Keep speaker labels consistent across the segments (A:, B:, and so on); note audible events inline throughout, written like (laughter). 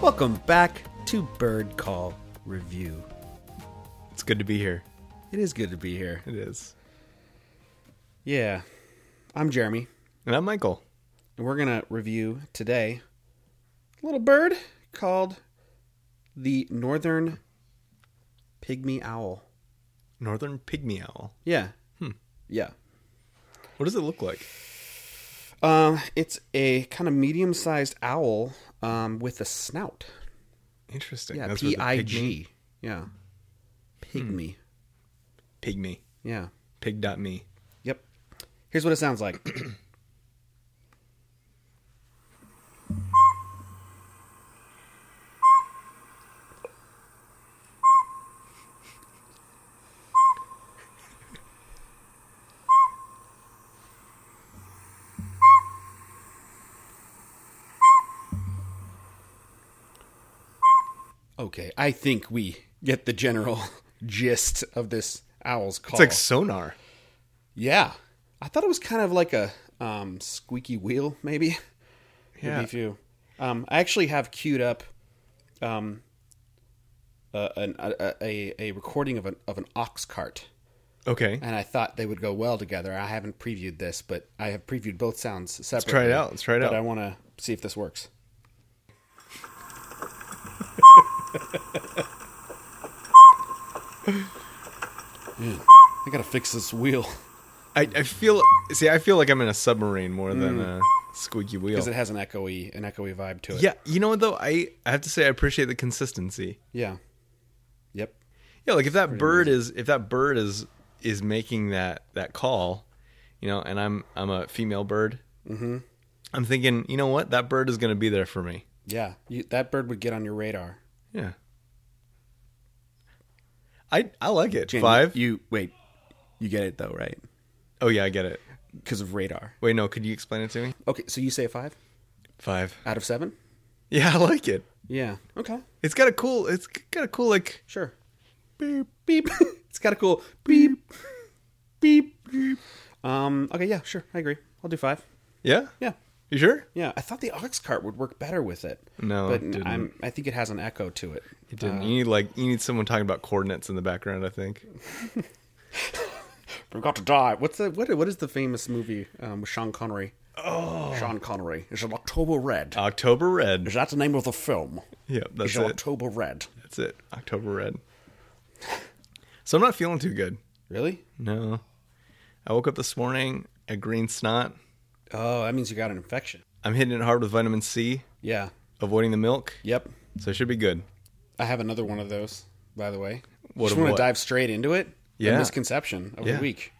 A: Welcome back to Bird Call Review.
B: It's good to be here.
A: It is good to be here.
B: It is.
A: Yeah. I'm Jeremy,
B: And I'm Michael.
A: and we're going to review today a little bird called the Northern Pygmy Owl.
B: Northern pygmy owl.
A: Yeah.
B: Hmm.
A: Yeah.
B: What does it look like?
A: Um, it's a kind of medium sized owl um, with a snout.
B: Interesting.
A: Yeah.
B: That's where
A: P
B: the
A: I
B: pygmy- Hmm.
A: G. Yeah. Pygmy.
B: Pygmy.
A: Yeah.
B: Pig dot me.
A: Yep. Here's what it sounds like. Okay, I think we get the general (laughs) gist of this owl's call.
B: It's like sonar.
A: Yeah. I thought it was kind of like a um, squeaky wheel, maybe. (laughs)
B: Yeah.
A: Maybe if you, um, I actually have queued up um, uh, an, a, a, a recording of an, of an ox cart,
B: Okay.
A: and I thought they would go well together. I haven't previewed this, but I have previewed both sounds separately. Let's
B: try it out. Let's try it
A: But
B: out.
A: I want to see if this
B: (laughs)
A: works. Man, I gotta fix this wheel
B: I, I feel see, I feel like I'm in a submarine more than a squeaky wheel.
A: because Mm. it has an echoey an echoey vibe to it.
B: Oh. yeah, you know what though? I, I have to say I appreciate the consistency.
A: Yeah. Yep.
B: Yeah, like if that bird is if that bird is is making that that call, you know, and I'm I'm a female bird. Mm-hmm. I'm thinking, you know what? That bird is going to be there for me.
A: Yeah. You, that bird would get on your radar.
B: Yeah. I I like it.
A: Jamie,
B: Five.
A: You wait. You get it though, right?
B: oh yeah, I get it.
A: Because of radar.
B: Wait, no. Could you explain it to me?
A: Okay, so you say a five
B: Five.
A: out of seven?
B: Yeah, I like it.
A: Yeah. Okay.
B: It's got a cool. It's got a cool like.
A: Sure. Beep beep. (laughs) it's got a cool beep beep beep. Um. Okay. Yeah. Sure. I agree. I'll do five.
B: Yeah.
A: Yeah.
B: You sure?
A: Yeah. I thought the ox cart would work better with it.
B: No,
A: But
B: it didn't.
A: I'm. I think it has an echo to it.
B: It didn't. you need like you need someone talking about coordinates in the background. I think.
A: We've got to die. What's the what? What is the famous movie um, with Sean Connery? Oh, Sean Connery. Is it October Red?
B: October Red.
A: Is that the name of the film?
B: (laughs) Yep, that's
A: Is
B: it.
A: October Red?
B: That's it. October Red. So I'm not feeling too good.
A: Really?
B: No. I woke up this morning a green snot.
A: Oh, that means you got an infection.
B: I'm hitting it hard with vitamin C,
A: Yeah.
B: avoiding the milk.
A: Yep.
B: So I should be good.
A: I have another one of those, by the way.
B: What
A: Just
B: of
A: want to
B: what?
A: dive straight into it. A
B: Yeah.
A: misconception of the
B: Yeah.
A: week.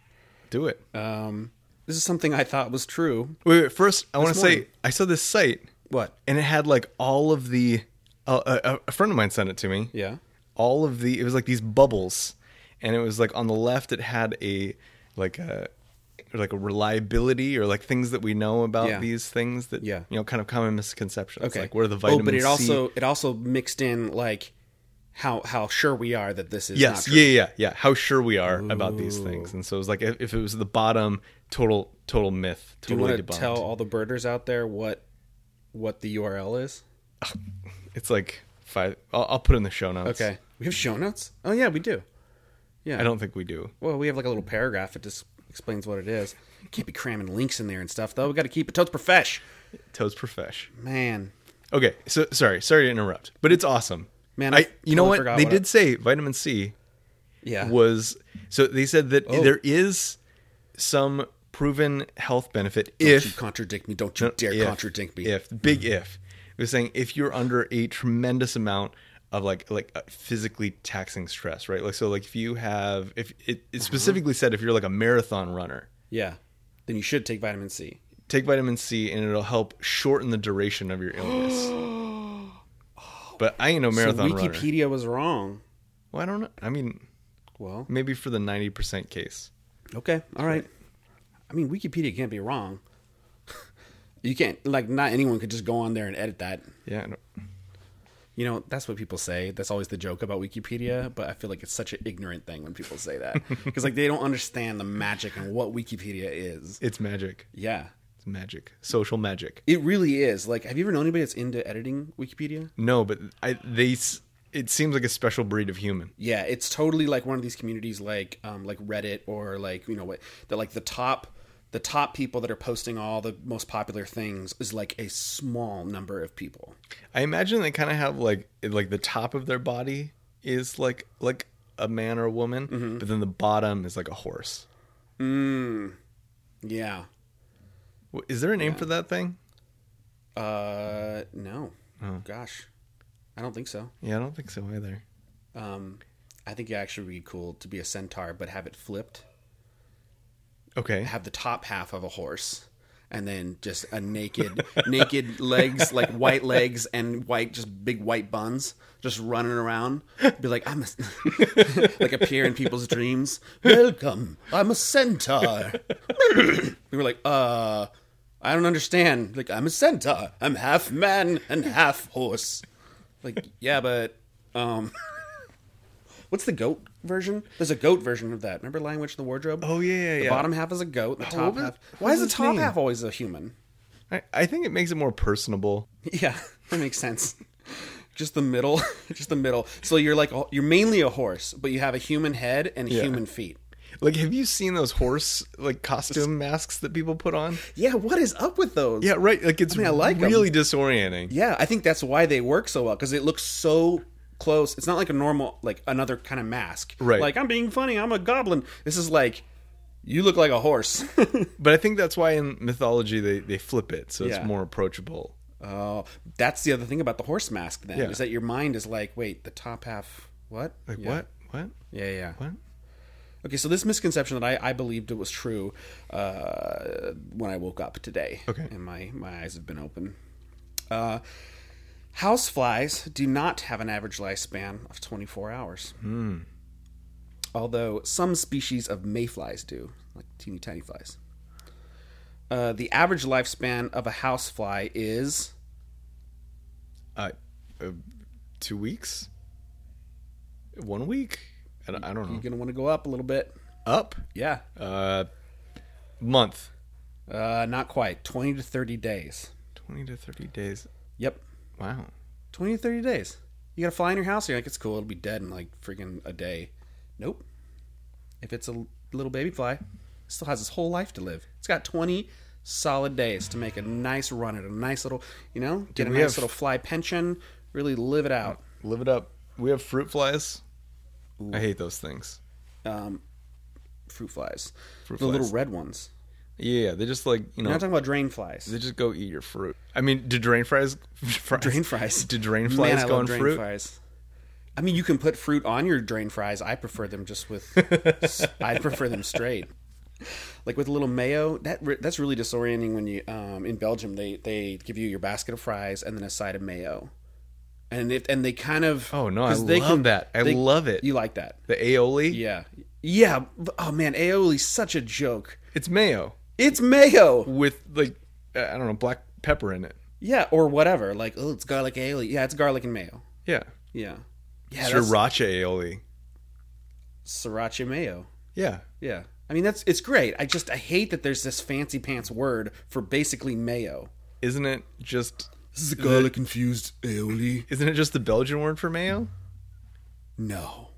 B: Do it.
A: Um, this is something I thought was true.
B: Wait, wait first I want to
A: morning.
B: say I saw this site
A: What?
B: and it had like all of the uh, a, a friend of mine sent it to me.
A: Yeah.
B: All of the it was like these bubbles and it was like on the left it had a like a or like a reliability or like things that we know about
A: Yeah.
B: these things that
A: Yeah.
B: you know kind of common misconceptions
A: Okay.
B: like where the vitamin
A: Oh, but it
B: C
A: also it also mixed in like how how sure we are that this is not
B: yes
A: true.
B: yeah yeah yeah how sure we are about these things and so it was like if, if it was the bottom total total myth
A: You
B: totally
A: want
B: debunked
A: to tell all the birders out there what what the URL is?
B: it's like five I'll, I'll put it in the show notes
A: Okay. We have show notes? Oh yeah, we do.
B: I don't think we do
A: Well, we have like a little paragraph that just explains what it is. Can't be cramming links in there and stuff though. We got to keep it totes profesh.
B: toes profesh
A: Man,
B: Okay, so sorry, sorry to interrupt, but it's awesome.
A: Man, I
B: I, you know
A: totally
B: what
A: forgot
B: they
A: what I-
B: did say vitamin C
A: yeah.
B: was so they said that
A: Oh.
B: there is some proven health benefit
A: Don't you
B: if
A: contradict me. Don't you dare
B: if-
A: contradict me.
B: If big if it was saying if you're under a tremendous amount of like like uh, physically taxing stress, right? Like so, like if you have if it,
A: Mm-hmm.
B: it specifically said if you're like a marathon runner,
A: Yeah. Then you should take vitamin C.
B: take vitamin C and it'll help shorten the duration of your illness. But I ain't no
A: So
B: marathon runner.
A: Wikipedia was wrong.
B: Well, I don't know. I mean,
A: Well,
B: maybe for the 90% case.
A: okay. All right. I mean, Wikipedia can't be wrong. (laughs) you can't like not anyone could just go on there and edit that.
B: Yeah. I don't-
A: You know, that's what people say. That's always the joke about Wikipedia, but I feel like it's such an ignorant thing when people say that. Cuz like they don't understand the magic and what Wikipedia is.
B: It's magic.
A: Yeah.
B: magic, social magic.
A: It really is. Like, have you ever known anybody that's into editing Wikipedia?
B: No, but I they s- it seems like a special breed of human.
A: Yeah, it's totally like one of these communities, like um, like Reddit or like you know what, that like the top the top people that are posting all the most popular things is like a small number of people.
B: I imagine they kind of have like like the top of their body is like like a man or a woman, but then the bottom is like a horse.
A: Yeah.
B: W- Is there a name for that thing?
A: Uh, no. Gosh, I don't think so.
B: Yeah, I don't think so either.
A: Um, I think it actually would be cool to be a centaur, but have it flipped.
B: Okay.
A: Have the top half of a horse, and then just a naked, naked legs, like white legs and white, just big white buns, just running around. Be like, I'm a, (laughs) like appear in people's dreams. Welcome, I'm a centaur. we were like, uh, I don't understand. Like, I'm a centaur. I'm half man and half horse. Like, yeah, but um. (laughs) What's the goat version? There's a goat version of that. Remember Lion Witch in the Wardrobe?
B: Oh, yeah, yeah,
A: The
B: yeah.
A: bottom half is a goat. The
B: what
A: top
B: was-
A: half.
B: what
A: Why is
B: was
A: the
B: its
A: top
B: name?
A: half always a human? (laughs)
B: I, I think it makes it more personable.
A: Yeah, that makes sense. (laughs) Just the middle, (laughs) just the middle. So you're like a- you're mainly a horse, but you have a human head and human feet.
B: Like, have you seen those horse like costume masks that people put on?
A: Yeah, what is up with those?
B: Yeah, right. Like it's
A: mean, I like 'em.
B: really disorienting.
A: Yeah, I think that's why they work so well because it looks so close. It's not like a normal, like another kind of mask.
B: Right.
A: Like I'm being funny. I'm a goblin. This is like you look like a horse. (laughs)
B: But I think that's why in mythology they, they flip it so
A: Yeah.
B: it's more approachable.
A: oh, that's the other thing about the horse mask. Then
B: Yeah.
A: is that your mind is like, wait, the top half. What?
B: Like
A: yeah.
B: what? What?
A: Yeah, yeah.
B: What?
A: Okay, so this misconception that I, I believed it was true uh, when I woke up today.
B: Okay.
A: And my, my eyes have been open. Uh, houseflies do not have an average lifespan of 24 hours. Although some species of mayflies do, like teeny tiny flies. Uh, the average lifespan of a housefly is
B: Uh, uh, two weeks? One week? I don't, I don't know.
A: going to want to go up a little bit.
B: Up?
A: Yeah.
B: Uh, month.
A: Uh, not quite. 20 to 30 days.
B: Twenty to thirty days.
A: Yep.
B: Wow.
A: 20 to 30 days. You got to fly in your house. You're like, it's cool. It'll be dead in like freaking a day. Nope. If it's a l- little baby fly, it still has its whole life to live. It's got 20 solid days to make a nice run at a nice little, you know, get a
B: we
A: nice
B: have-
A: little fly pension, really live it out.
B: Live it up. We have fruit flies. I hate those things.
A: Um, fruit flies.
B: Fruit
A: the little
B: flies.
A: red ones.
B: Yeah, they just like you
A: We're
B: know
A: not talking about drain flies.
B: they just go eat your fruit. I mean, do drain fries? (laughs) fries
A: Drain fries.
B: (laughs) Do drain
A: Man,
B: flies
A: I love
B: go on
A: drain
B: fruit?
A: fries. I mean, you can put fruit on your drain fries. I prefer them just with.
B: (laughs)
A: I prefer them straight, like with a little mayo. That re- that's really disorienting when you um, in Belgium they they give you your basket of fries and then a side of mayo, and if and they kind of
B: Oh, no, I
A: 'cause they
B: love that. I love it.
A: You like that?
B: The aioli?
A: Yeah, yeah. but- Oh man, aioli's such a joke.
B: It's mayo
A: It's mayo.
B: with like uh, I don't know black pepper in it.
A: Yeah, or whatever. Like oh, it's garlic aioli. Yeah, it's garlic and mayo.
B: Yeah.
A: Yeah, yeah. that's
B: Sriracha aioli.
A: Sriracha mayo.
B: Yeah.
A: Yeah. I mean that's it's great. I just I hate that there's this fancy pants word for basically mayo.
B: Isn't it just
A: This is a garlic infused aioli.
B: isn't it just the Belgian word for mayo?
A: No.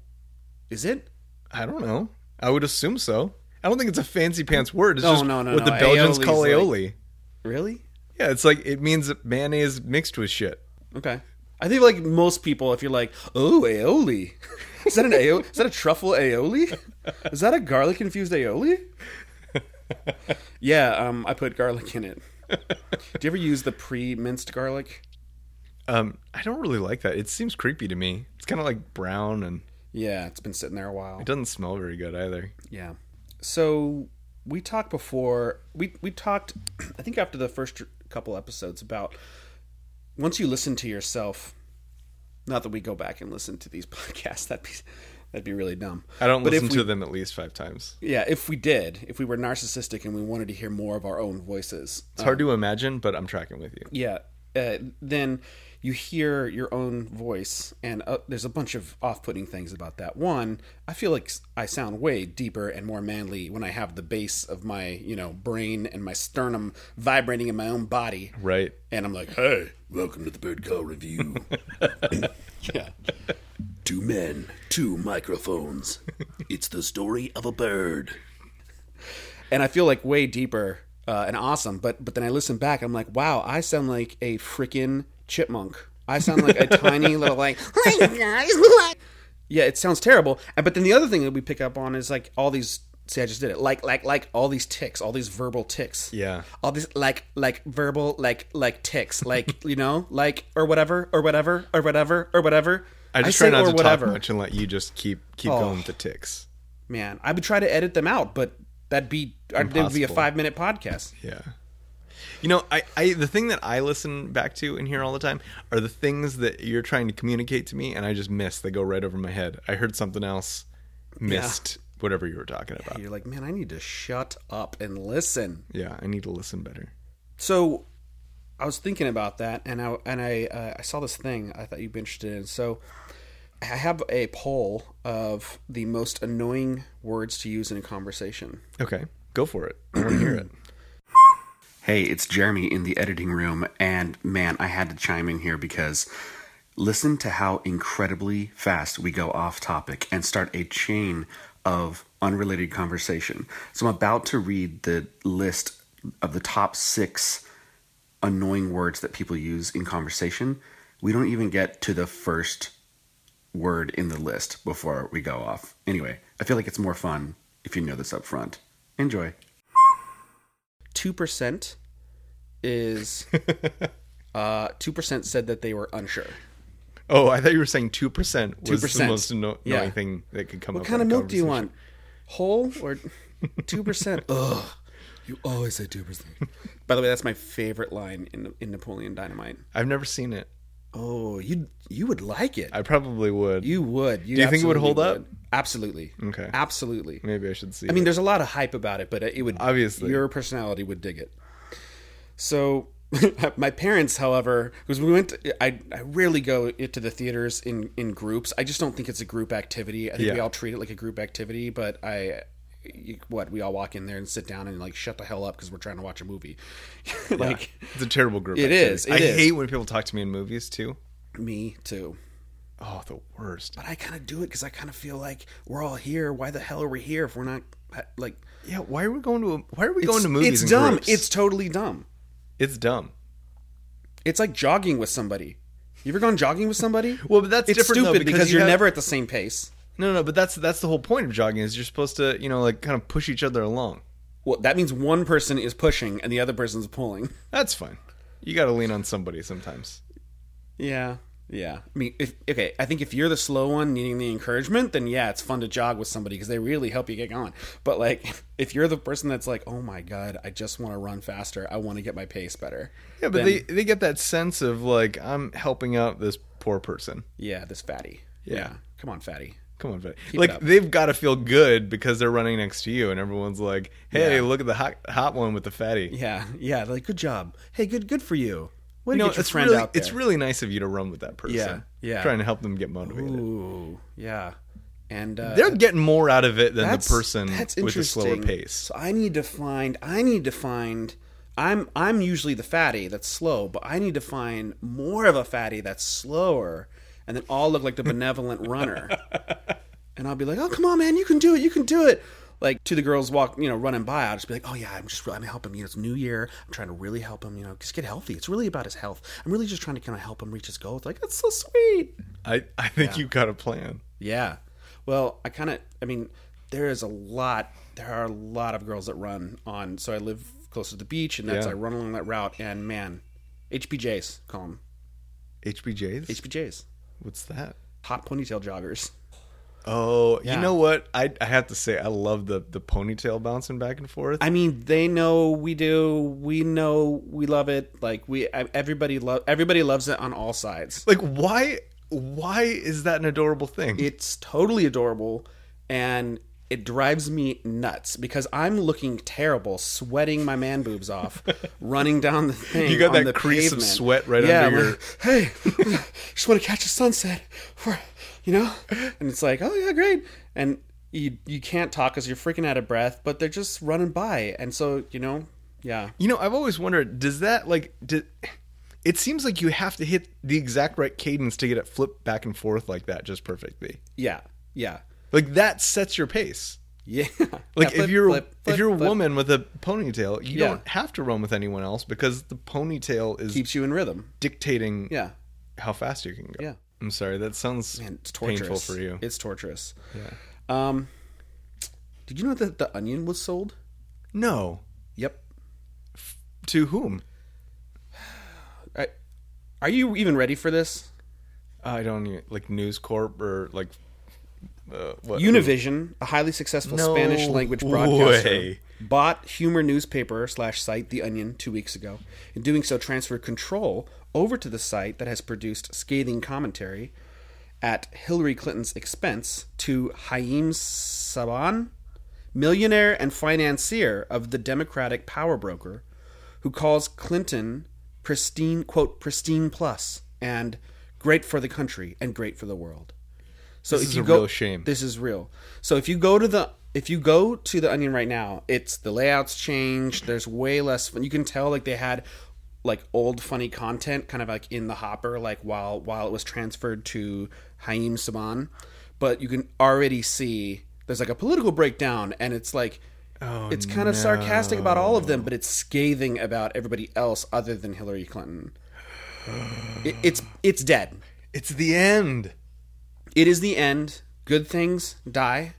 A: Is it?
B: I don't know. I would assume so. I don't think it's a fancy pants word. It's
A: No,
B: just
A: no, no,
B: what the
A: no.
B: Belgians call
A: Aioli's
B: aioli.
A: Really?
B: Yeah, it's like it means mayonnaise mixed with shit.
A: Okay. I think like most people if you're like, "Oh, aioli." (laughs) Is that an aioli? Is that a truffle aioli? Is that a garlic infused aioli? Yeah, um I put garlic in it. Do you ever use the pre-minced garlic?
B: Um, I don't really like that. It seems creepy to me. It's kind of like brown and
A: Yeah, it's been sitting there a while.
B: it doesn't smell very good either.
A: Yeah. So we talked before. We we talked. (clears throat) I think after the first couple episodes about once you listen to yourself. Not that we go back and listen to these (laughs) podcasts. That'd be that'd be really dumb.
B: I don't
A: But if
B: listen to them at least five times.
A: Yeah, if we did, if we were narcissistic and we wanted to hear more of our own voices,
B: It's hard to imagine, but I'm tracking with you.
A: yeah, uh, then you hear your own voice, and uh, there's a bunch of off-putting things about that. One, I feel like s- I sound way deeper and more manly when I have the base of my, you know, brain and my sternum vibrating in my own body,
B: Right.
A: and I'm like, "Hey, welcome to the Bird Call Review." yeah,
C: Two men, two microphones. it's the story of a bird.
A: and I feel like way deeper uh, and awesome. But but then I listen back, I'm like, wow, I sound like a freaking chipmunk. I sound like
B: (laughs)
A: a tiny little like. yeah, it sounds terrible. And but then the other thing that we pick up on is like all these. See, I just did it. Like like like all these ticks, all these verbal ticks.
B: Yeah.
A: All these like like verbal like like ticks, like (laughs) you know like or whatever or whatever or whatever or whatever.
B: I just
A: say
B: try not
A: or Oh.
B: to talk much and let you just keep keep going with the ticks.
A: Man, I would try to edit them out, but that'd be it would be a
B: Impossible.
A: five minute podcast.
B: Yeah. You know, I, I the thing that I listen back to and hear all the time are the things that you're trying to communicate to me and I just miss. They go right over my head. I heard something else, missed whatever you were talking about.
A: You're like, man, I need to shut up and listen.
B: Yeah, I need to listen better.
A: So, I was thinking about that, and I and I uh, I saw this thing I thought you'd be interested in. So, I have a poll of the most annoying words to use in a conversation.
B: Okay. Go for it. I want to hear it. (clears throat)
A: Hey, it's Jeremy in the editing room, and man, I had to chime in here because listen to how incredibly fast we go off topic and start a chain of unrelated conversation. So I'm about to read the list of the top six annoying words that people use in conversation. We don't even get to the first word in the list before we go off. Anyway, I feel like it's more fun if you know this up front. Enjoy two percent
B: (laughs)
A: is uh two percent said that they were unsure.
B: Oh, I thought you were saying 2% was
A: 2%.
B: the most anno-
A: Yeah.
B: annoying thing that could come
A: What
B: up.
A: kind
B: in
A: of
B: a
A: milk do you
B: conversation.
A: want? Whole or two
B: (laughs)
A: percent? Ugh.
C: You always say two percent.
A: By the way, that's my favorite line in in Napoleon Dynamite.
B: I've never seen it.
A: Oh, you you would like it.
B: I probably would.
A: You would. You
B: Do you think it would
A: absolutely
B: hold up?
A: Absolutely.
B: Okay.
A: Absolutely.
B: Maybe I should see
A: I mean, there's a lot of hype about it, but uh, it would
B: Obviously.
A: your personality would dig it. So, (laughs) my parents, however, because we went, to, I I rarely go to the theaters in in groups. I just don't think it's a group activity. I think we
B: Yeah.
A: all treat it like a group activity, but I. you- What we all walk in there and sit down and like shut the hell up because we're trying to watch a movie, (laughs) like
B: it. (laughs) It's a terrible group.
A: It
B: It
A: is,
B: is.
A: it
B: I
A: is.
B: hate when people talk to me in movies, too.
A: me too.
B: Oh, the worst.
A: But I kind of do it because I kind of feel like we're all here. Why the hell are we here if we're not uh, like
B: Yeah, why are we going to a, why are we going to movies?
A: It's
B: in
A: dumb.
B: groups?
A: It's totally dumb.
B: it's dumb.
A: It's like jogging with somebody. You ever gone jogging with somebody?
B: Well, but
A: (laughs)
B: that's
A: it's
B: different, though,
A: stupid
B: because
A: because,
B: you
A: you're
B: have-
A: never at the same pace.
B: No, no, but that's that's the whole point of jogging is you're supposed to you know like kind of push each other along.
A: Well, that means one person is pushing and the other person's pulling.
B: That's fine. You got to lean on somebody sometimes.
A: Yeah, yeah. I mean, if okay, I think if you're the slow one needing the encouragement, then yeah, it's fun to jog with somebody because they really help you get going. But like, (laughs) if you're the person that's like, oh my god, I just want to run faster. I want to get my pace better.
B: Yeah, but
A: then,
B: they they get that sense of like I'm helping out this poor person.
A: yeah, this fatty.
B: Yeah.
A: come on, fatty.
B: Come on, buddy.
A: it
B: like
A: up.
B: they've got to feel good because they're running next to you, and everyone's like, "Hey,
A: Yeah.
B: look at the hot hot one with the fatty."
A: Yeah, yeah. Like, good job. Hey, good, good for you. Way
B: You
A: to
B: know,
A: get your
B: it's
A: friend
B: really
A: out there.
B: it's really nice of you to run with that person.
A: Yeah, yeah.
B: Trying to help them get motivated.
A: Ooh, yeah. And uh,
B: They're getting more out of it than the
A: that's-
B: person
A: that's
B: with a slower
A: interesting.
B: pace.
A: So I need to find. I need to find. I'm I'm usually the fatty that's slow, but I need to find more of a fatty that's slower, and then all look like the
B: (laughs)
A: benevolent runner. And I'll be like, "Oh, come on, man, you can do it. You can do it." Like to the girls walk, you know, running by, I'll just be like, "Oh yeah, I'm just I'm helping you. know, It's New Year. I'm trying to really help him. You know, just get healthy. It's really about his health. I'm really just trying to kind of help him reach his goals. Like that's so sweet."
B: I, I think you got a plan.
A: Yeah. Well, I kind of, I mean, there is a lot, there are a lot of girls that run on. So I live close to the beach, and that's,
B: Yeah.
A: I run along that route, and man, HPJs, call them
B: HBJs?
A: HPJs,
B: What's that?
A: hot ponytail joggers.
B: Oh,
A: Yeah.
B: you know what? I, I have to say, I love the, the ponytail bouncing back and forth.
A: I mean, they know we do, we know we love it. Like, we, I- everybody, lo- everybody loves it on all sides.
B: like, why why is that an adorable thing?
A: It's totally adorable, and it drives me nuts because I'm looking terrible, sweating my man boobs
B: (laughs)
A: off, running down the thing.
B: You got
A: on
B: that
A: the
B: crease of
A: pavement.
B: sweat right
A: yeah,
B: under
A: I'm
B: your-
A: like, hey, (laughs) just want to catch the sunset, for, you know. And it's like, oh yeah, great. And you you can't talk because you're freaking out of breath, but they're just running by, and so you know, yeah.
B: You know, I've always wondered, does that like do, it seems like you have to hit the exact right cadence to get it flipped back and forth like that just perfectly.
A: Yeah, yeah, (laughs)
B: Like that sets your pace.
A: yeah. Yeah,
B: Like if
A: flip,
B: you're
A: flip,
B: if
A: flip,
B: you're a
A: flip,
B: woman with a ponytail, you
A: Yeah.
B: don't have to run with anyone else because the ponytail is
A: keeps you in rhythm.
B: dictating
A: Yeah,
B: how fast you can go.
A: Yeah.
B: I'm sorry, that sounds
A: and it's torturous
B: painful for you.
A: It's torturous.
B: Yeah.
A: Um, did you know that the Onion was sold?
B: No.
A: Yep.
B: To whom?
A: I, are you even ready for this?
B: I don't even, like News Corp or like uh, what?
A: Univision, a highly successful
B: No
A: Spanish language broadcaster,
B: way.
A: bought humor newspaper slash site The Onion two weeks ago. In doing so, transferred control over to the site that has produced scathing commentary at Hillary Clinton's expense to Haim Saban, millionaire and financier of the Democratic power broker, who calls Clinton pristine quote pristine plus and great for the country and great for the world. So
B: This
A: if
B: is
A: you
B: a
A: go,
B: real shame.
A: This is real. So if you go to the if you go to the Onion right now, it's the layouts changed. There's way less. fun. You can tell like they had like old funny content kind of like in the hopper, like while while it was transferred to Haim Saban, but you can already see there's like a political breakdown, and it's like.
B: Oh,
A: it's kind of sarcastic about all of them, but it's scathing about everybody else other than Hillary Clinton. It, it's it's dead.
B: It's the end.
A: It is the end. Good things die,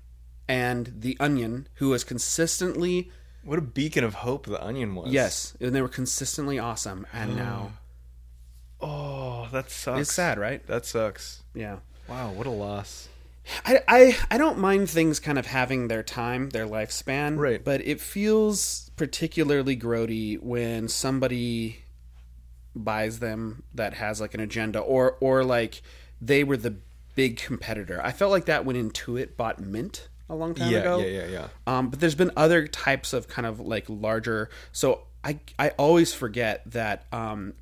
A: and the Onion, who was consistently
B: What a beacon of hope the onion was.
A: yes, and they were consistently awesome,
B: Mm.
A: and now
B: Oh, that sucks.
A: it's sad, right?
B: That sucks.
A: Yeah.
B: Wow, what a loss.
A: I, I I don't mind things kind of having their time, their lifespan,
B: Right.
A: But it feels particularly grody when somebody buys them that has like an agenda, or or like they were the big competitor. I felt like that when Intuit bought Mint a long time
B: Yeah,
A: ago.
B: yeah, yeah, yeah.
A: Um, but there's been other types of kind of like larger. So I I always forget that um,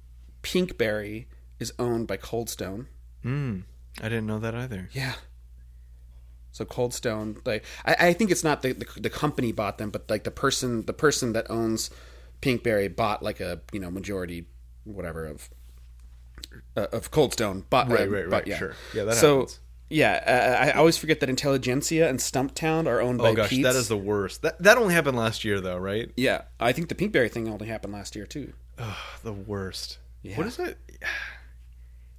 A: Pinkberry is owned by Coldstone.
B: Mm, I didn't know that either.
A: Yeah. So Cold Stone, like I, I think it's not the, the the company bought them, but like the person the person that owns Pinkberry bought like a you know majority whatever of uh, of Cold Stone, but uh,
B: Right, right,
A: but,
B: right,
A: yeah.
B: sure. Yeah, that
A: so
B: happens.
A: yeah, I, I always forget that Intelligentsia and Stumptown are owned
B: Oh
A: by
B: gosh,
A: Pete's.
B: that is the worst. That that only happened last year though, right?
A: yeah. I think the Pinkberry thing only happened last year too.
B: (sighs) The worst. What is it? (sighs)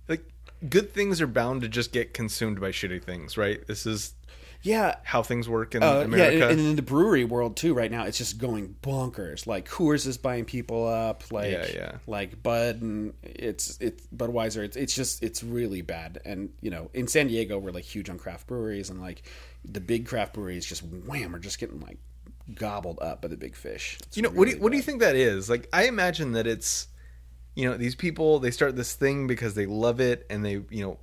B: Like good things are bound to just get consumed by shitty things, right? This is
A: Yeah,
B: how things work in
A: Uh, yeah,
B: America.
A: and, and in the brewery world too, right now it's just going bonkers. Like Coors is buying people up, like
B: Yeah, yeah.
A: like Bud and it's it's Budweiser. It's it's just it's really bad. And you know, in San Diego, we're like huge on craft breweries, and like the big craft breweries just wham are just getting like gobbled up by the big fish. It's
B: you know what do
A: really
B: you, what do you
A: bad.
B: think that is like i imagine that it's you know these people they start this thing because they love it and they you know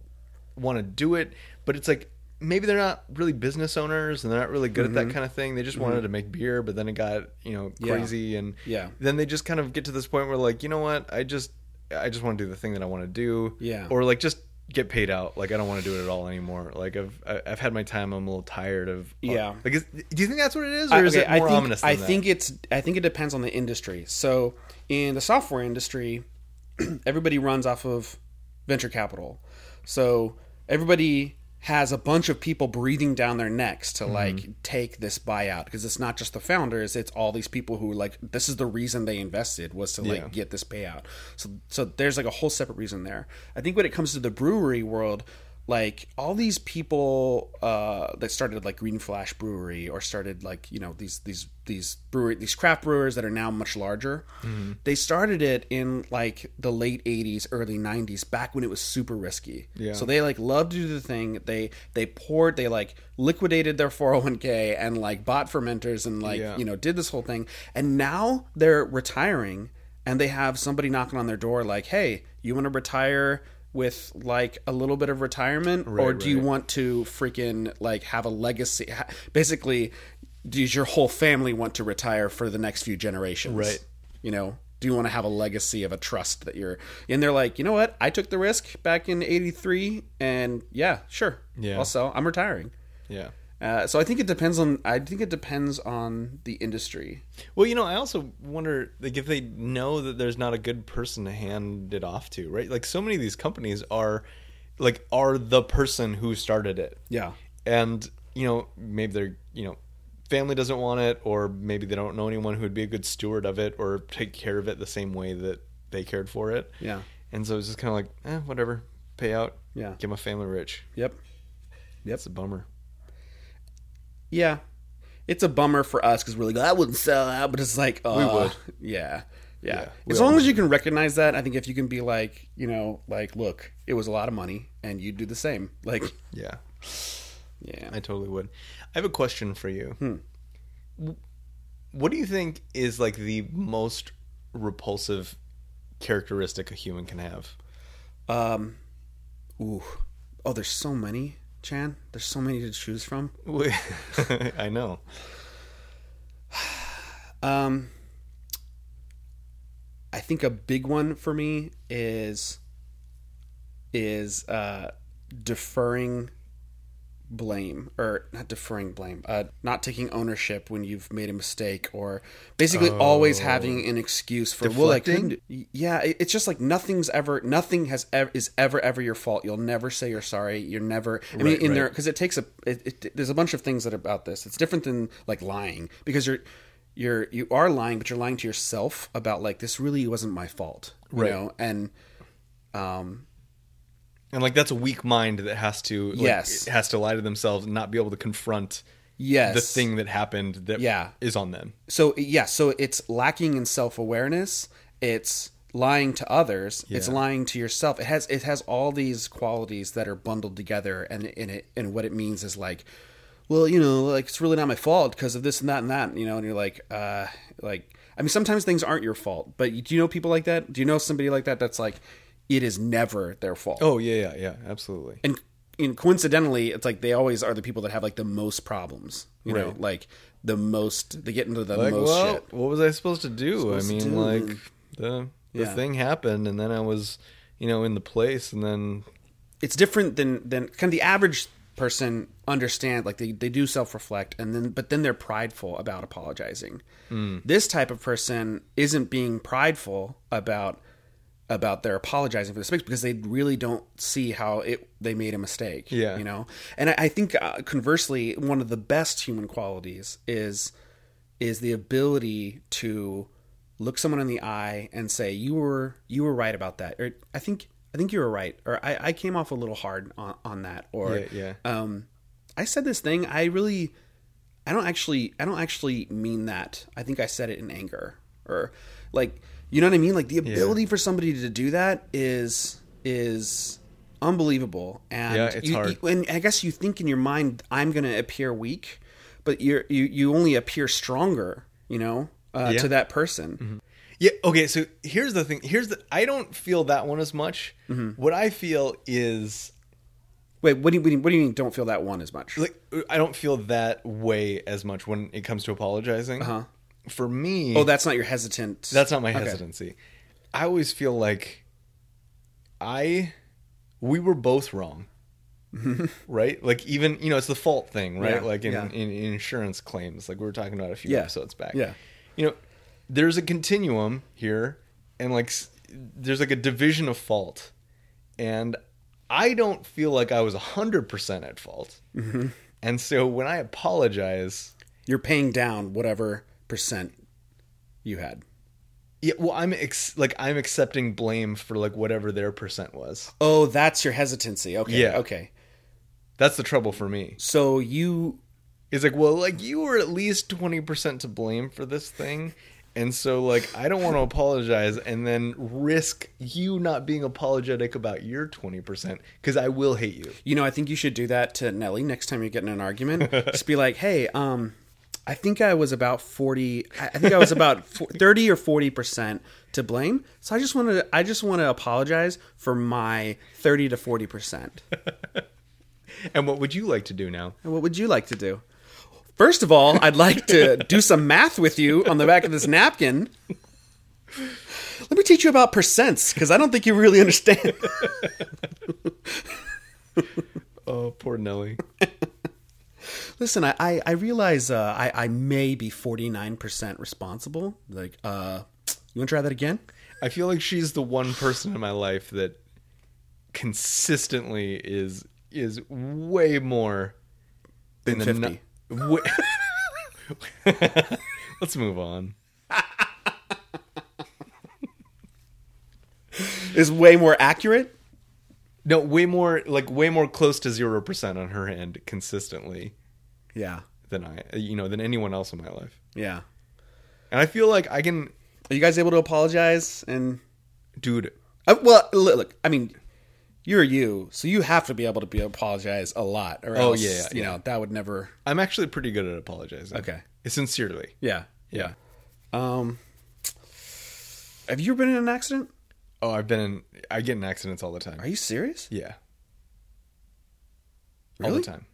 B: want to do it but it's like maybe they're not really business owners and they're not really good at that kind of thing they just wanted to make beer but then it got you know
A: Mm-hmm. Yeah.
B: crazy and
A: Yeah.
B: then they just kind of get to this point where like you know what i just i just want to do the thing that i want to do
A: Yeah.
B: or like just get paid out like i don't want to do it at all anymore like i've I- i've had my time i'm a little tired of
A: Yeah.
B: like is, do you think that's what it is or is
A: Okay,
B: it more
A: I think,
B: ominous than
A: I
B: that?
A: think it's I think it depends on the industry. So in the software industry, (clears throat) everybody runs off of venture capital. So everybody has a bunch of people breathing down their necks to
B: Mm-hmm.
A: like take this buyout because it's not just the founders it's all these people who like this is the reason they invested was to like
B: Yeah.
A: get this payout so so there's like a whole separate reason there i think when it comes to the brewery world like all these people uh, that started like green flash brewery or started like you know these these these brewery these craft brewers that are now much larger
B: Mm-hmm.
A: they started it in like the late 80s early 90s back when it was super risky
B: Yeah.
A: so they like loved to do the thing they they poured they like liquidated their 401k and like bought fermenters and like
B: Yeah.
A: you know did this whole thing and now they're retiring and they have somebody knocking on their door like hey you want to retire with like a little bit of retirement, or do you
B: right.
A: want to freaking like have a legacy? ha- Basically, does your whole family want to retire for the next few generations?
B: Right.
A: You know, do you want to have a legacy of a trust that you're? And they're like, you know what? I took the risk back in '83, and yeah, sure.
B: Yeah.
A: Also, I'm retiring.
B: Yeah.
A: Uh, so I think it depends on. I think it depends on the industry.
B: Well, you know, I also wonder like if they know that there's not a good person to hand it off to, right? Like so many of these companies are like are the person who started it.
A: Yeah.
B: And, you know, maybe they're you know, family doesn't want it or maybe they don't know anyone who would be a good steward of it or take care of it the same way that they cared for it.
A: Yeah.
B: And so it's just kind of like, eh, whatever, pay out.
A: Yeah.
B: Get my family rich.
A: Yep.
B: That's a bummer.
A: Yeah. It's a bummer for us because we're like, that wouldn't sell out, but it's like, oh, Yeah. Yeah.
B: Yeah, we
A: as
B: all
A: long as you can recognize that, I think if you can be like, you know, like, look, it was a lot of money and you do the same. Like,
B: Yeah.
A: yeah.
B: I totally would. I have a question for you.
A: Hmm.
B: W- What do you think is like the most repulsive characteristic a human can have?
A: (laughs) Um, ooh. Oh, there's so many, Chan. There's so many to choose from.
B: I know.
A: Um, I think a big one for me is is uh, deferring blame or not deferring blame, uh, not taking ownership when you've made a mistake, or basically always having an excuse for well, I couldn't. Yeah, it- it's just like nothing's ever, nothing has ever is ever ever your fault. You'll never say you're sorry. You're never. I mean,
B: Right,
A: in
B: right.
A: there because it takes a. It, it, there's a bunch of things that are about this. It's different than like lying because you're. You're you are lying, but you're lying to yourself about like this really wasn't my fault, you
B: Right.
A: know. And
B: And like that's a weak mind that has to like,
A: Yes.
B: it has to lie to themselves and not be able to confront
A: yes,
B: the thing that happened that
A: Yeah.
B: is on them.
A: so yeah so it's lacking in self-awareness it's lying to others it's
B: Yeah.
A: lying to yourself it has it has all these qualities that are bundled together and in it and what it means is like well you know like it's really not my fault because of this and that and that you know and you're like uh like i mean sometimes things aren't your fault but you- do you know people like that do you know somebody like that that's like it is never their fault
B: Oh yeah, yeah, yeah, absolutely.
A: and and coincidentally, it's like they always are the people that have like the most problems. You know,
B: Right.
A: like the most they get into the
B: Like,
A: most
B: well,
A: shit.
B: what was I supposed to do? I mean,
A: to do?
B: like the the
A: Yeah.
B: thing happened and then I was, you know, in the place and then
A: It's different than than kind of the average person understand like they, they do self-reflect and then but then they're prideful about apologizing this type of person isn't being prideful about about their apologizing for the mistakes because they really don't see how it they made a mistake
B: Yeah.
A: you know and i, I think uh, conversely one of the best human qualities is is the ability to look someone in the eye and say you were you were right about that or i think i think you were right or i, I came off a little hard on, on that or
B: Yeah, yeah.
A: um i said this thing i really i don't actually i don't actually mean that i think i said it in anger or like you know what i mean like the ability for somebody to do that is is unbelievable and
B: Yeah, it's
A: you-
B: hard.
A: you- and I guess you think in your mind, I'm going to appear weak, but you're, you you only appear stronger, you know, uh,
B: Yeah. Mm-hmm.
A: to that person.
B: Yeah. Okay. So here's the thing. Here's the. I don't feel that one as much.
A: Mm-hmm.
B: What I feel is
A: Wait, what do you what do you- what do you mean? Don't feel that one as much?
B: like I don't feel that way as much when it comes to apologizing. Uh-huh. For me,
A: oh, that's not your hesitant.
B: that's not my
A: Okay.
B: hesitancy. I always feel like I we were
A: (laughs)
B: both wrong. right? Like even you know it's the fault thing, right?
A: Yeah,
B: like in,
A: yeah.
B: in, in insurance claims, like we were talking about a few
A: Yeah,
B: episodes back.
A: yeah.
B: You know, there's a continuum here and like s- there's like a division of fault. And I don't feel like I was 100% at fault. And so when I apologize,
A: You're paying down whatever percent you had.
B: Yeah, well, I'm ex- like I'm accepting blame for like whatever their percent was.
A: Oh, that's your hesitancy. Okay,
B: Yeah.
A: okay.
B: That's the trouble for me.
A: So you,
B: It's like, well, like you were at least twenty percent to blame for this thing, and so like I don't want to apologize and then risk you not being apologetic about your twenty percent because I will hate you.
A: (laughs) you know, I think you should do that to Nelly next time you get in an argument. Just be like, hey, um, I think I was about 40 I I think I was about (laughs) fo- 30 or 40% to blame. So I just want to I just want to apologize for my 30 to 40%.
B: And what would you like to do now?
A: And what would you like to do? First of all, I'd like to do some math with you on the back of this napkin. Let me teach you about percents cuz I don't think you really understand.
B: Oh, poor Nelly.
A: Listen, I I, I realize uh, I I may be 49% responsible. Like uh you want to try that again?
B: I feel like she's the one person in my life that consistently is is way more
A: Been
B: than
A: 50.
B: no- (laughs) wa- (laughs) Let's move on.
A: is way more accurate.
B: No, way more like way more close to zero percent on her end consistently
A: Yeah.
B: than I, you know, than anyone else in my life.
A: Yeah.
B: And I feel like I can,
A: Are you guys able to apologize? And
B: dude.
A: uh, well, look, look, I mean, you're you, so you have to be able to be apologize a lot, or
B: Oh,
A: else,
B: yeah,
A: you
B: yeah.
A: know, that would never.
B: I'm actually pretty good at apologizing.
A: Okay.
B: Sincerely.
A: Yeah, yeah. Um, have you ever been in an accident?
B: Oh, I've been in. I get in accidents all the time.
A: Are you serious?
B: Yeah. All
A: Really?
B: the time.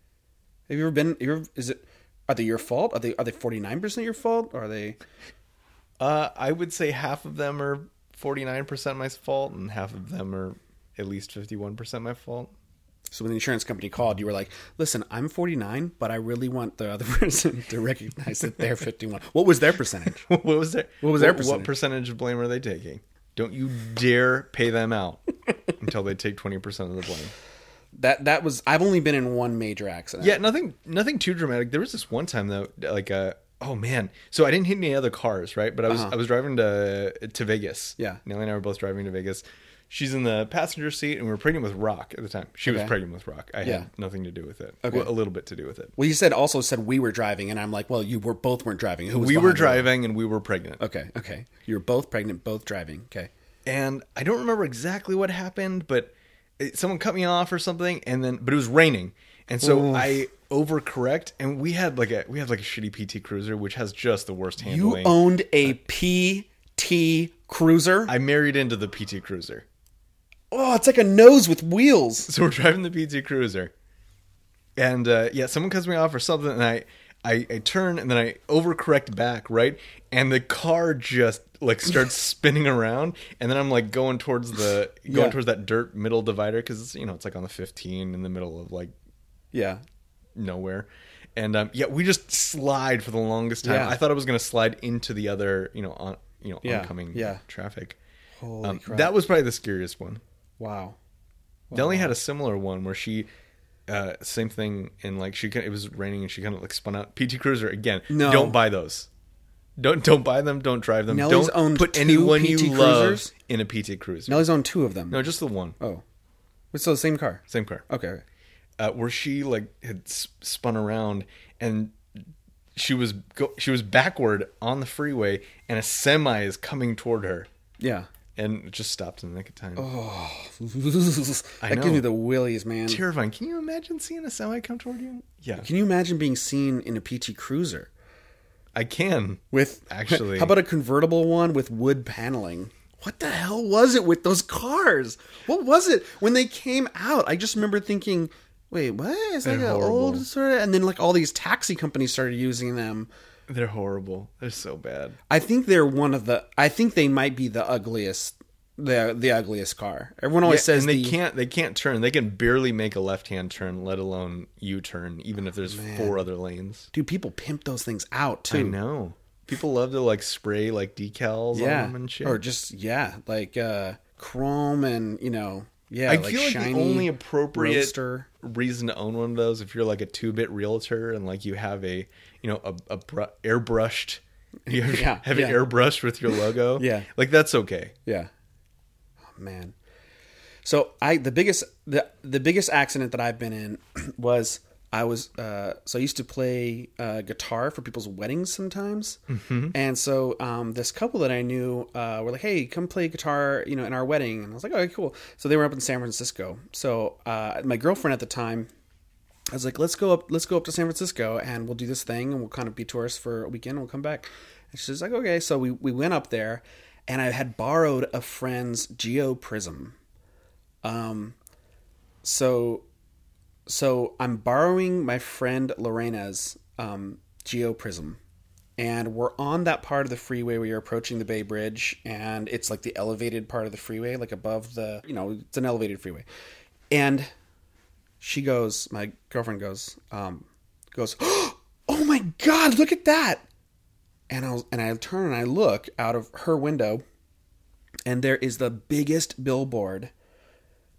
A: Have you ever been? You ever, is it? Are they your fault? Are they are they forty nine percent your fault? Or are they?
B: Uh, I would say half of them are 49% my fault, and half of them are at least 51% my fault. (laughs)
A: So when the insurance company called, you were like, "Listen, I'm 49, but I really want the other (laughs) person to recognize that they're 51." What was their percentage?
B: what was their
A: What was their
B: What percentage of blame are they taking? Don't you dare pay them out until they take 20% of the blame.
A: That that was. I've only been in one major accident.
B: Yeah, nothing nothing too dramatic. There was this one time though, like uh oh man. So I didn't hit any other cars, right? But I was I was driving to to Vegas.
A: Uh-huh. Yeah.
B: Nellie and I were both driving to Vegas. She's in the passenger seat and we were pregnant with Rock at the time. She was
A: Okay.
B: pregnant with Rock. I
A: Yeah.
B: had nothing to do with it. Well, a little bit to do with it.
A: Well, you said also said we were driving, and I'm like, well, you were both weren't driving. Who was
B: We
A: behind
B: were
A: you?
B: driving and we were pregnant.
A: Okay, okay. You were both pregnant, both driving. Okay.
B: and I don't remember exactly what happened, but it, someone cut me off or something, and then but it was raining, and so I overcorrect, and we had like a we had like a shitty PT Cruiser, which has just the worst
A: You
B: handling.
A: owned a PT Cruiser.
B: I married into the PT Cruiser, (laughs)
A: oh, it's like a nose with wheels.
B: so we're driving the PT Cruiser, and uh, yeah, someone cuts me off or something, and I. I, I turn and then I overcorrect back, right? And the car just like
A: (laughs)
B: starts spinning around, and then I'm like going towards the going
A: Yeah.
B: towards that dirt middle divider because it's you know it's like on the 15 in the middle of like
A: Yeah.
B: nowhere. And um, yeah, we just slide for the longest time.
A: Yeah.
B: I thought I was going to slide into the other, you know, on, you know,
A: Yeah,
B: oncoming
A: yeah.
B: traffic.
A: Holy
B: Um,
A: crap!
B: That was probably the scariest one.
A: wow.
B: Delhi had a similar one where she, uh, same thing, and like she, kind it was raining and she kind of like spun out. PT Cruiser again.
A: No.
B: don't buy those. Don't don't buy them. Don't drive them.
A: Nelly's
B: don't
A: owned
B: put
A: two
B: anyone you
A: PT
B: love
A: Cruisers?
B: in a PT Cruiser.
A: Nelly's owned two of them.
B: No, just the one.
A: Oh, it's still the same car.
B: Same car.
A: Okay.
B: uh, where she like had s- spun around and she was go- she was backward on the freeway and a semi is coming toward her (laughs)
A: Yeah.
B: and it just stopped in the nick of time.
A: Oh. that gives
B: know.
A: me the willies, man.
B: Terrifying! Can you imagine seeing a semi come toward you? Yeah,
A: Can you imagine being seen in a PT Cruiser
B: I can.
A: with (laughs)
B: Actually-
A: How about a convertible one with wood paneling? What the hell was it with those cars? What was it when they came out? I just remember thinking, "Wait, what?" It's like an
B: They're horrible.
A: old sort of, and then like all these taxi companies started using them.
B: They're horrible. They're so bad.
A: I think they're one of the. I think they might be the ugliest, the the ugliest car. Everyone always Oh, says
B: and they
A: the,
B: can't. They can't turn. They can barely make a left hand turn, let alone U turn. Even if there's four other lanes.
A: dude. People pimp those things out
B: I
A: too.
B: know. People love to like spray like decals on them and shit.
A: Or just yeah, like uh chrome and you know yeah.
B: I
A: like
B: feel like
A: shiny
B: the only appropriate
A: roadster.
B: reason to own one of those if you're like a two-bit realtor and like you have a you know a, a br- airbrushed
A: (laughs)
B: you have,
A: Yeah,
B: have
A: yeah.
B: it airbrushed with your logo
A: (laughs) Yeah.
B: like that's okay
A: Yeah. Oh man. So I the biggest the the biggest accident that I've been in (clears throat) was I was uh, so I used to play uh, guitar for people's weddings sometimes, and so um, this couple that I knew uh, were like, "Hey, come play guitar, you know, in our wedding," and I was like, "Okay, cool." So they were up in San Francisco. So uh, my girlfriend at the time I was like, let's go up, let's go up to San Francisco, and we'll do this thing, and we'll kind of be tourists for a weekend, and we'll come back. And she's like, okay. So we we went up there, and I had borrowed a friend's Geo Prism. Um, so, so I'm borrowing my friend Lorena's um Geo Prism, and we're on that part of the freeway where you're approaching the Bay Bridge, and it's like the elevated part of the freeway, like above the, you know, it's an elevated freeway, and she goes, my girlfriend goes, um, goes, (gasps) oh my god, look at that! And I was, and I turn and I look out of her window, and there is the biggest billboard,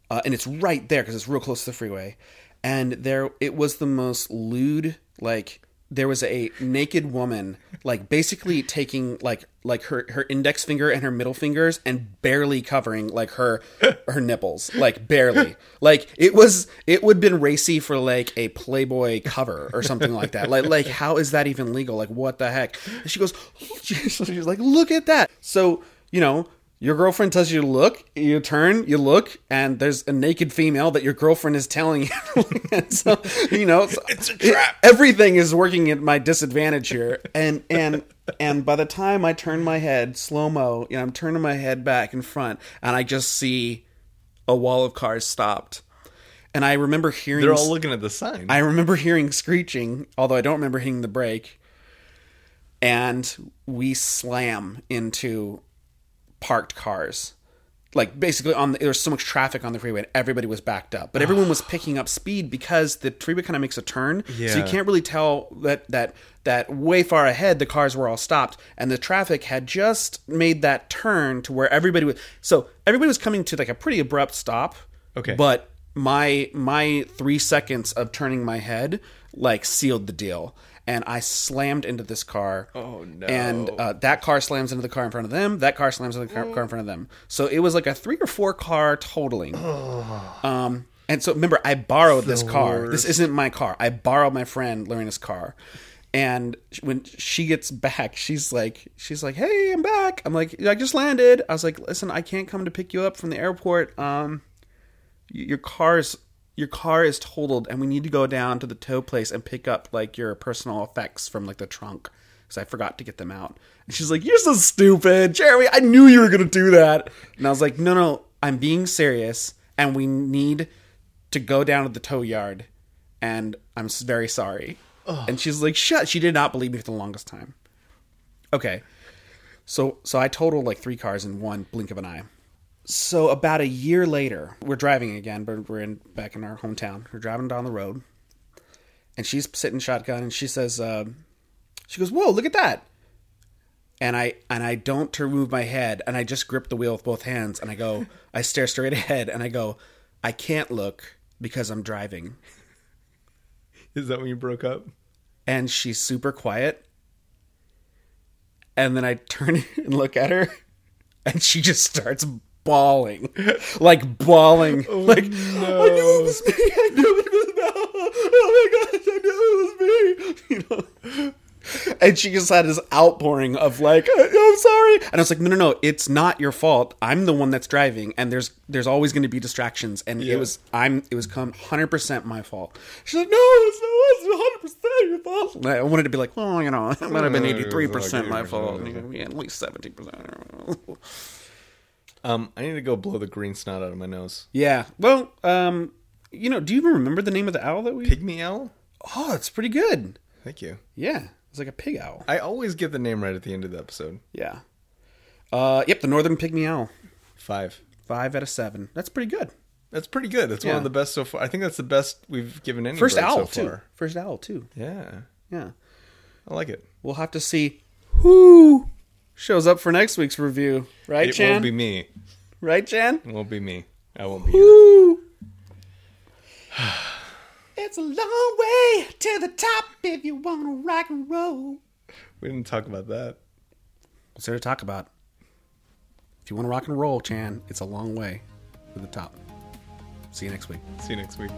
A: uh, and it's right there because it's real close to the freeway, and there it was the most lewd like. There was a naked woman, like basically taking like like her her index finger and her middle fingers and barely covering like her her nipples, like barely. Like it was it would have been racy for like a Playboy cover or something like that. Like like how is that even legal? Like what the heck? And she goes, (laughs) she's like, look at that. So you know, your girlfriend tells you to look, you turn, you look, and there's a naked female that your girlfriend is telling you. to look at. (laughs) so, you know, so
B: It's a trap.
A: everything is working at my disadvantage here. And and and by the time I turn my head slow mo, you know, I'm turning my head back in front, and I just see a wall of cars stopped. And I remember hearing
B: They're all looking at the sign.
A: I remember hearing screeching, although I don't remember hitting the brake. And we slam into parked cars. Like basically on the, there was so much traffic on the freeway and everybody was backed up. But everyone was picking up speed because the freeway kind of makes a turn. So you
B: Yeah.
A: can't really tell that that that way far ahead the cars were all stopped and the traffic had just made that turn to where everybody was so everybody was coming to like a pretty abrupt stop.
B: Okay.
A: But but my my three seconds of turning my head like sealed the deal and i slammed into this car oh
B: no.
A: and uh, that car slams into the car in front of them that car slams into the
B: Mm.
A: car, car in front of them so it was like a three or four car totaling um and so remember i borrowed this car this isn't my car i borrowed my friend lorena's car and when she gets back she's like she's like hey i'm back i'm like i just landed i was like listen i can't come to pick you up from the airport um y- your car's your car is totaled and we need to go down to the tow place and pick up like your personal effects from like the trunk because i forgot to get them out and she's like you're so stupid jeremy i knew you were gonna do that and i was like no no i'm being serious and we need to go down to the tow yard and i'm s- very sorry and she's like shut she did not believe me for the longest time okay so so I totaled like three cars in one blink of an eye. So about a year later, we're driving again, but we're in back in our hometown. We're driving down the road, and she's sitting shotgun, and she says, uh, "She goes, whoa, look at that." And I and I don't to remove my head, and I just grip the wheel with both hands, and I go, I stare straight ahead, and I go, I can't look because I'm driving.
B: Is that when you broke up?
A: and she's super quiet. And then I turn (laughs) and look at her, and she just starts bawling, like bawling, like I knew it was me. I knew it was me. Oh my gosh, I knew it was me. (laughs) You know. And she just had this outpouring of like, I'm sorry, and I was like, no, no, no, it's not your fault. I'm the one that's driving, and there's there's always going to be distractions, and it
B: Yeah.
A: was I'm it was come hundred percent my fault. She's like, no, it's not, it's hundred percent your fault. And I wanted to be like, well, you know, (laughs) it might have been
B: It was
A: eighty
B: like
A: three percent my
B: 80%.
A: fault. Yeah, at least seventy percent.
B: Um, I need to go blow the green snot out of my nose.
A: (laughs) Yeah. Well, um, you know, do you even remember the name of the owl that we?
B: Pygmy owl?
A: Oh, it's pretty good.
B: Thank you.
A: Yeah, it's like a pig owl.
B: I always get the name right at the end of the episode.
A: Yeah. Uh, yep, the northern pygmy owl.
B: Five.
A: Five out of seven. That's pretty good.
B: That's pretty good. That's one
A: Yeah.
B: of the best so far. I think that's the best we've given any
A: First
B: bird
A: owl
B: so
A: too.
B: far.
A: First owl too.
B: Yeah,
A: Yeah.
B: I like it.
A: We'll have to see who shows up for next week's review. Right,
B: it
A: Chan?
B: won't be me.
A: Right, Chan?
B: It won't be me. I won't be. here.
A: Woo! (sighs) it's a long way to the top if you want to rock and roll.
B: We didn't talk about that.
A: What's there to talk about? If you want to rock and roll, Chan, it's a long way to the top. See you next week.
B: See you next week.